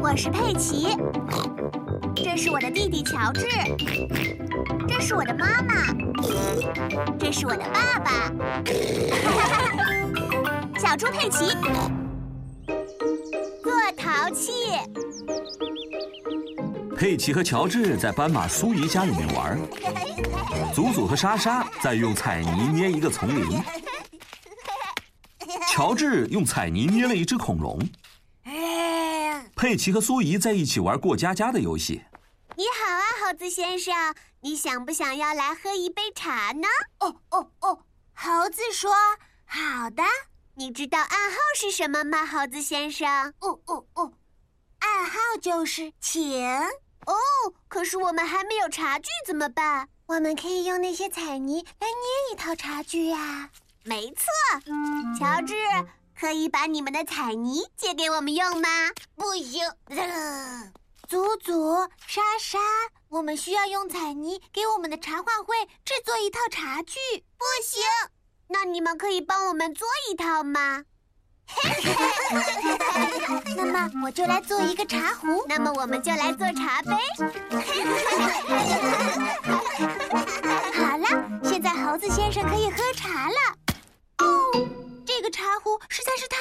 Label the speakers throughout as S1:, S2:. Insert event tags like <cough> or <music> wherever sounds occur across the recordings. S1: 我是佩奇，这是我的弟弟乔治，这是我的妈妈，这是我的爸 <laughs> 爸。小猪佩奇，个淘气。
S2: 佩奇和乔治在斑马苏怡家里面玩，祖祖和莎莎在用彩泥捏一个丛林，乔治用彩泥捏了一只恐龙。佩奇和苏怡在一起玩过家家的游戏。
S1: 你好啊，猴子先生，你想不想要来喝一杯茶呢？
S3: 哦哦哦！猴子说：“好的。”
S1: 你知道暗号是什么吗，猴子先生？
S3: 哦哦哦！暗号就是请。
S1: 哦，可是我们还没有茶具，怎么办？
S4: 我们可以用那些彩泥来捏一套茶具呀、啊。
S1: 没错，乔治。可以把你们的彩泥借给我们用吗？
S3: 不行。
S4: 祖祖、莎莎，我们需要用彩泥给我们的茶话会制作一套茶具。
S3: 不行。
S1: 那你们可以帮我们做一套 <laughs> 吗？
S4: 那么我就来做一个茶壶。
S1: 那么我们就来做茶杯。
S4: 好了，现在猴子先生可以喝茶了。哦这个茶壶实在是太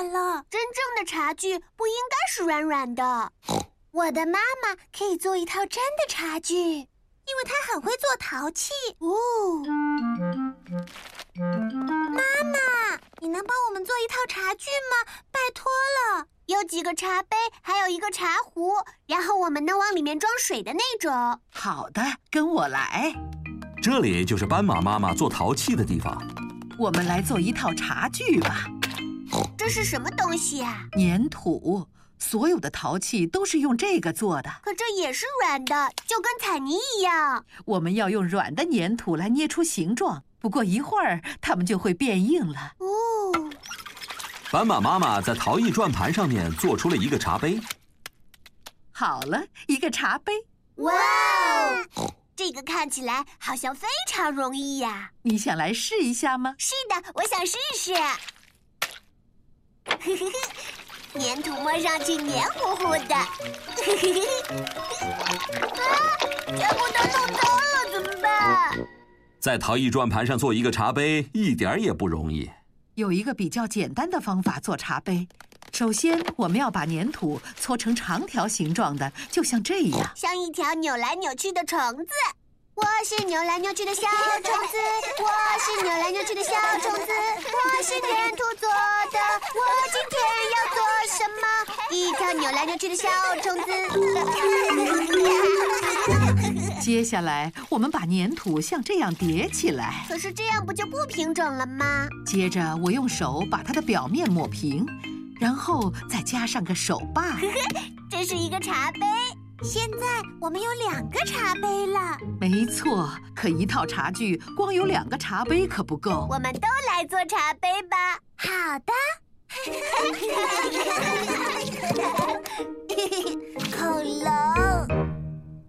S4: 软了，
S1: 真正的茶具不应该是软软的。
S4: 我的妈妈可以做一套真的茶具，因为她很会做陶器。哦，妈妈，你能帮我们做一套茶具吗？拜托了，
S1: 有几个茶杯，还有一个茶壶，然后我们能往里面装水的那种。
S5: 好的，跟我来。
S2: 这里就是斑马妈妈做陶器的地方。
S5: 我们来做一套茶具吧。
S1: 这是什么东西啊？
S5: 粘土，所有的陶器都是用这个做的。
S1: 可这也是软的，就跟彩泥一样。
S5: 我们要用软的粘土来捏出形状，不过一会儿它们就会变硬了。哦。
S2: 斑马妈妈在陶艺转盘上面做出了一个茶杯。
S5: 好了，一个茶杯。
S1: 哇！这个看起来好像非常容易呀、
S5: 啊！你想来试一下吗？
S1: 是的，我想试试。 <laughs> 粘土摸上去黏糊糊的， <laughs> 啊！全部都弄脏了，怎么办？
S2: 在陶艺转盘上做一个茶杯，一点儿也不容易。
S5: 有一个比较简单的方法做茶杯。首先，我们要把粘土搓成长条形状的，就像这样，
S1: 像一条扭来扭去的虫子。我是扭来扭去的小虫子，我是扭来扭去的小虫子，我是粘土做的。我今天要做什么？一条扭来扭去的小虫 <laughs> 子。
S5: 接下来，我们把粘土像这样叠起来。
S1: 可是这样不就不平整了吗？
S5: 接着，我用手把它的表面抹平。然后再加上个手
S3: <laughs>
S5: 把，
S1: 这是一个茶杯。
S4: 现在我们有两个茶杯了。
S5: 没错，可一套茶具光有两个茶杯可不够。
S1: 我们都来做茶杯吧。
S4: 好
S1: <laughs>
S4: 的。
S3: 恐龙，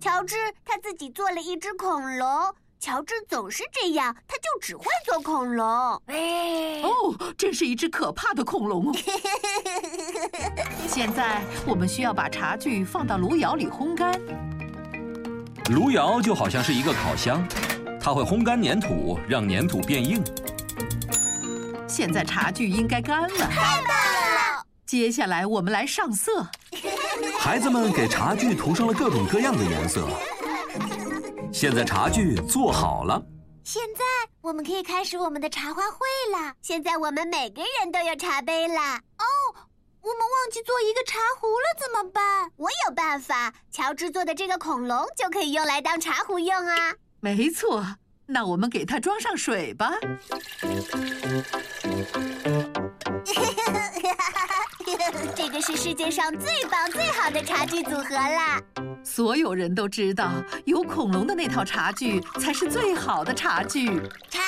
S1: 乔治他自己做了一只恐龙。乔治总是这样，他就只会做恐龙。
S5: 哦，真是一只可怕的
S3: <laughs>
S5: 恐龙！现在我们需要把茶具放到炉窑里烘干。
S2: 炉窑就好像是一个烤箱，它会烘干粘土，让粘土变硬。
S5: 现在茶具应该干了。
S3: 太棒了！
S5: 接下来我们来上色。
S2: 孩子们给茶具涂上了各种各样的颜色。现在茶具做好了，
S4: 现在我们可以开始我们的茶话会了。
S1: 现在我们每个人都有茶杯啦。
S4: 哦，我们忘记做一个茶壶了，怎么办？
S1: 我有办法，乔治做的这个恐龙就可以用来当茶壶用啊。
S5: 没错，那我们给它装上水吧。
S1: 这个是世界上最棒最好的茶具组合啦！
S5: 所有人都知道，有恐龙的那套茶具才是最好的茶具。
S3: 茶
S1: 嗯